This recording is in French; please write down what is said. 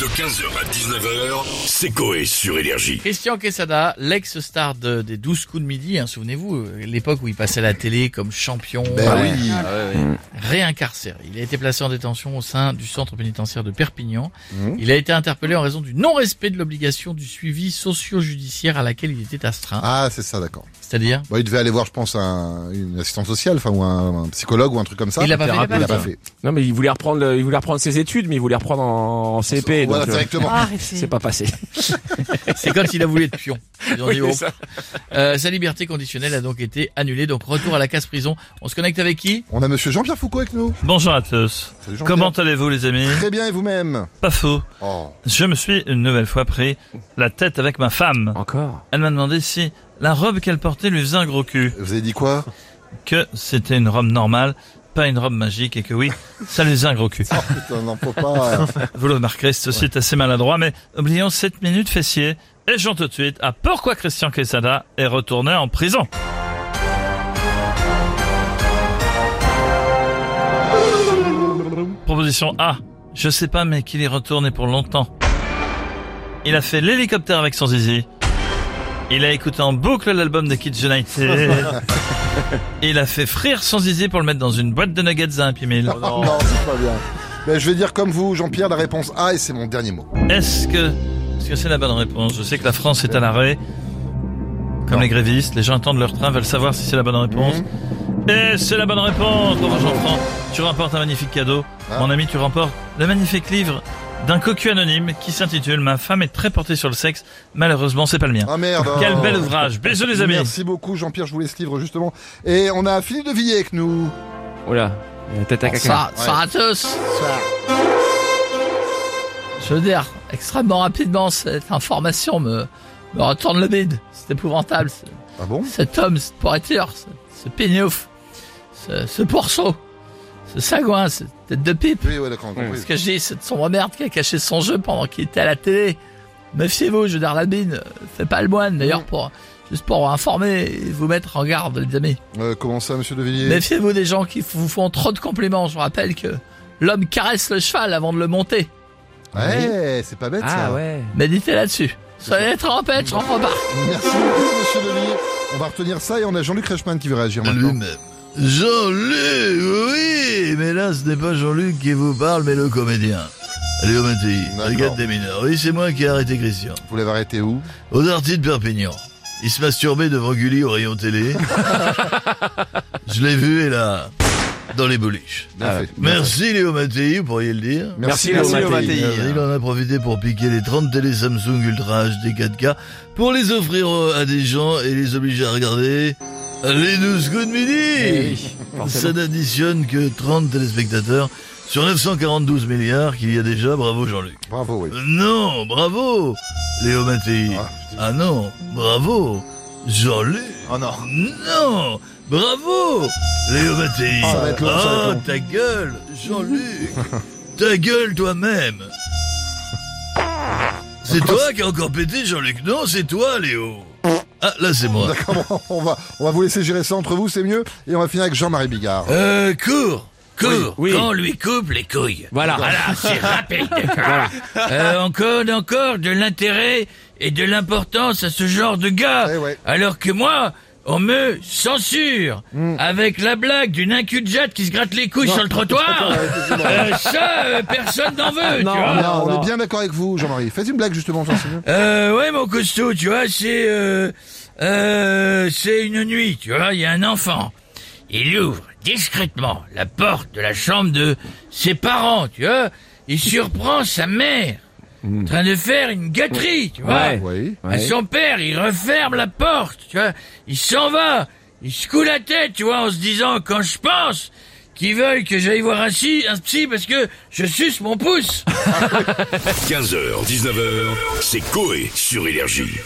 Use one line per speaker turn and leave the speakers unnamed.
De 15h à 19h, c'est Coé sur Énergie.
Christian Quesada, l'ex-star de- des 12 coups de midi, hein, souvenez-vous, euh, l'époque où il passait à la télé comme champion,
Ben
euh,
Ben Ah oui.
réincarcéré. Il a été placé en détention au sein du centre pénitentiaire de Perpignan.
Mmh.
Il a été interpellé en raison du non-respect de l'obligation du suivi socio-judiciaire à laquelle il était astreint.
Ah, c'est ça, d'accord.
C'est-à-dire
Bon, il devait aller voir, je pense, un, une assistante sociale, enfin, ou un, un psychologue ou un truc comme ça.
Il l'a pas fait, il l'a pas
Il l'a
fait.
pas fait.
Non, mais il voulait reprendre, le- il voulait reprendre ses études, mais il voulait reprendre en, en CP.
Voilà,
donc, euh,
directement.
Ah.
c'est pas passé.
C'est comme s'il a voulu être pion. Ils ont dit, bon.
Oui, c'est ça.
Euh, sa liberté conditionnelle a donc été annulée, donc retour à la casse-prison. On se connecte avec qui
On a monsieur Jean-Pierre Foucault avec nous.
Bonjour à tous.
Salut, Jean-Pierre.
Comment allez-vous les amis
Très bien, et vous-même
Pas faux.
Oh.
Je me suis une nouvelle fois pris la tête avec ma femme.
Encore.
Elle m'a demandé si la robe qu'elle portait lui faisait un gros cul.
Vous avez dit quoi
Que c'était une robe normale, pas une robe magique et que oui, ça lui faisait un gros cul.
Oh, Putain, non, faut pas. hein.
Vous le remarquerez, ceci est assez maladroit, mais oublions 7 minutes fessier. Et j'en tout de suite à pourquoi Christian Quesada est retourné en prison. Proposition A. Je sais pas, mais qu'il est retourné pour longtemps. Il a fait l'hélicoptère avec son zizi. Il a écouté en boucle l'album de Kids United. Il a fait frire son zizi pour le mettre dans une boîte de nuggets à un mille.
non, c'est pas bien. Ben, je vais dire comme vous, Jean-Pierre, la réponse A, et c'est mon dernier mot.
Est-ce que est-ce que c'est la bonne réponse Je sais que la France est à l'arrêt. Comme les grévistes, les gens attendent leur train, veulent savoir si c'est la bonne réponse.
Mmh. Mhm.
Et c'est la bonne réponse, bravo Jean-Franc. Tu remportes un magnifique cadeau.
Ah.
Mon ami, tu remportes le magnifique livre d'un cocu anonyme qui s'intitule Ma femme est très portée sur le sexe. Malheureusement, c'est pas le mien.
Ah merde. oh.
Quel bel ouvrage. Bisous les amis.
Merci beaucoup, Jean-Pierre, je vous laisse livre, justement. Et on a Philippe de Villiers avec nous.
Voilà. La tête à caca.
Ça, ça à tous. Je veux dire, extrêmement rapidement, cette information me, me retourne le bide. C'est épouvantable. ce-
Ah bon
Cet homme, cette pourriture, ce, ce pignouf, ce, ce pourceau, ce sagouin, cette tête de pipe.
Oui, ouais, d'accord, on a compris.
Ce que je dis, c'est de son merde qui a caché son jeu pendant qu'il était à la télé. Méfiez-vous, je veux dire, la bine, euh, fait pas le moine, d'ailleurs, pour, juste pour informer et vous mettre en garde, les amis.
Euh, comment ça, monsieur de Villiers
Méfiez-vous des gens qui vous font trop de compliments. Je vous rappelle que l'homme caresse le cheval avant de le monter.
Ouais, c'est pas bête, ça.
Ah ouais.
Méditez là-dessus. Soyez trempette, je rentre pas.
Merci beaucoup, monsieur Delis. On va retenir ça et on a Jean-Luc Reichmann qui veut réagir maintenant.
Jean-Luc, oui, mais là ce n'est pas Jean-Luc qui vous parle, mais le comédien. Allez, au Mattei,
D'accord.
regarde des mineurs. Oui, c'est moi qui ai arrêté Christian.
Vous l'avez arrêté où
Aux artistes de Perpignan. Il se masturbait devant Gulli au rayon télé. Je l'ai vu et là, dans les boliches.
Bien
Ah
fait.
ouais.
Merci Léo Mattei, vous pourriez le dire.
Merci,
Léo
merci, Léo
Mattei.
Mattei.
Euh, Il en a profité pour piquer les 30 télé Samsung Ultra HD 4K pour les offrir euh, à des gens et les obliger à regarder les 12 coups de
Eh
midi.
oui,
Ça
forcément.
n'additionne que 30 téléspectateurs sur 942 milliards qu'il y a déjà. Bravo Jean-Luc.
Bravo, oui.
Euh, Non, bravo Léo Mattei.
Ah,
Ah, non, bravo Jean-Luc.
Oh non.
Non, bravo Léo Mattei.
Ah, ça va être long, ça va être
Ah,
long.
ta gueule, Jean-Luc. ta gueule toi-même. C'est toi qui as encore pété Jean-Luc. Non, c'est toi Léo. Ah, là c'est moi.
D'accord, on va, on va vous laisser gérer ça entre vous, c'est mieux. Et on va finir avec Jean-Marie Bigard.
Euh, cours, cours,
Oui, oui.
quand on lui coupe les couilles.
Voilà.
Voilà, Ah, c'est rapide. Euh, on code encore de l'intérêt et de l'importance à ce genre de gars.
Eh ouais.
Alors que moi, on me censure avec la blague d'une inculjatte qui se gratte les couilles sur le trottoir. Euh, ça, euh, personne n'en veut,
Non,
tu vois.
Ah,
non,
on
non.
est bien d'accord avec vous, Jean-Marie. Faites une blague, justement, ça, c'est mieux.
Euh, ouais, mon costaud, tu vois, c'est euh, euh, c'est une nuit, tu vois, il y a un enfant. Il ouvre discrètement la porte de la chambre de ses parents, tu vois. Il surprend sa mère en train de faire une gâterie, tu vois.
Ouais.
Oui.
Ouais.
À son père, il referme la porte, tu vois. Il s'en va. Il secoue la tête, tu vois, en se disant, quand je pense qu'ils veulent que j'aille voir un psy, un psy parce que je suce mon pouce.
15h, 19h, c'est Coé sur Énergie.